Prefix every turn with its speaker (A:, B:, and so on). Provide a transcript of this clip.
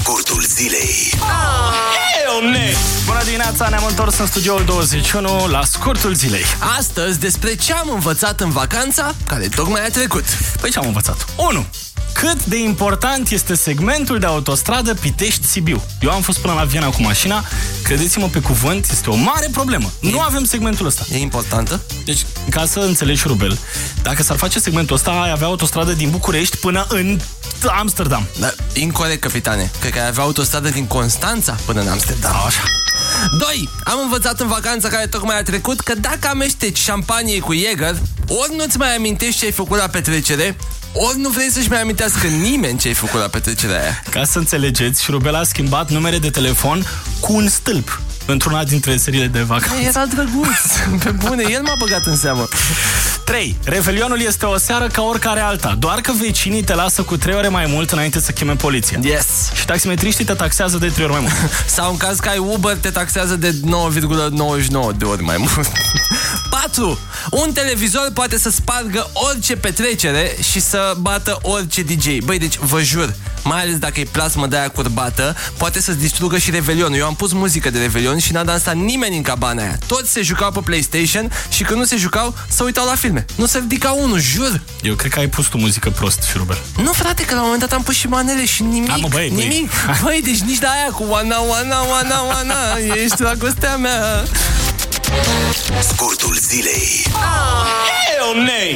A: Scurtul zilei
B: Bună dimineața, ne-am întors în studioul 21 la scurtul zilei.
C: Astăzi despre ce am învățat în vacanța care tocmai a trecut.
B: Păi ce am învățat? 1. Cât de important este segmentul de autostradă Pitești-Sibiu. Eu am fost până la Viena cu mașina, credeți-mă pe cuvânt, este o mare problemă. Nu avem segmentul ăsta.
C: E importantă?
B: Deci, ca să înțelegi, Rubel, dacă s-ar face segmentul ăsta, ai avea autostradă din București până în Amsterdam.
C: Da, incorect, capitane. Cred că ai avea autostradă din Constanța până în Amsterdam. Așa. 2. Am învățat în vacanța care tocmai a trecut că dacă amesteci șampanie cu Jäger, ori nu-ți mai amintești ce ai făcut la petrecere, ori nu vrei să-și mai amintească nimeni ce ai făcut la petrecerea aia.
B: Ca să înțelegeți, Rubel a schimbat numere de telefon cu un stâlp într-una dintre seriile de vacanță.
C: Era drăguț. Pe bune, el m-a băgat în seamă.
B: 3. Revelionul este o seară ca oricare alta, doar că vecinii te lasă cu 3 ore mai mult înainte să cheme poliția.
C: Yes.
B: Și taximetriștii te taxează de 3 ori mai mult.
C: Sau în caz că ai Uber, te taxează de 9,99 de ori mai mult. 4. Un televizor poate să spargă orice petrecere și să bată orice DJ. Băi, deci vă jur, mai ales dacă e plasmă de aia curbată, poate să-ți distrugă și Revelionul. Eu am pus muzică de Revelion și n-a dansat nimeni în cabana aia. Toți se jucau pe PlayStation și când nu se jucau, se uitau la filme. Nu se ridica unul, jur.
B: Eu cred că ai pus tu muzică prost, Firuber.
C: Nu, frate, că la un moment dat am pus și manele și nimic.
B: Da, mă, băi, băi.
C: nimic. Băi. deci nici de aia cu oana, oana, oana, oana, ești dragostea mea.
A: Scurtul zilei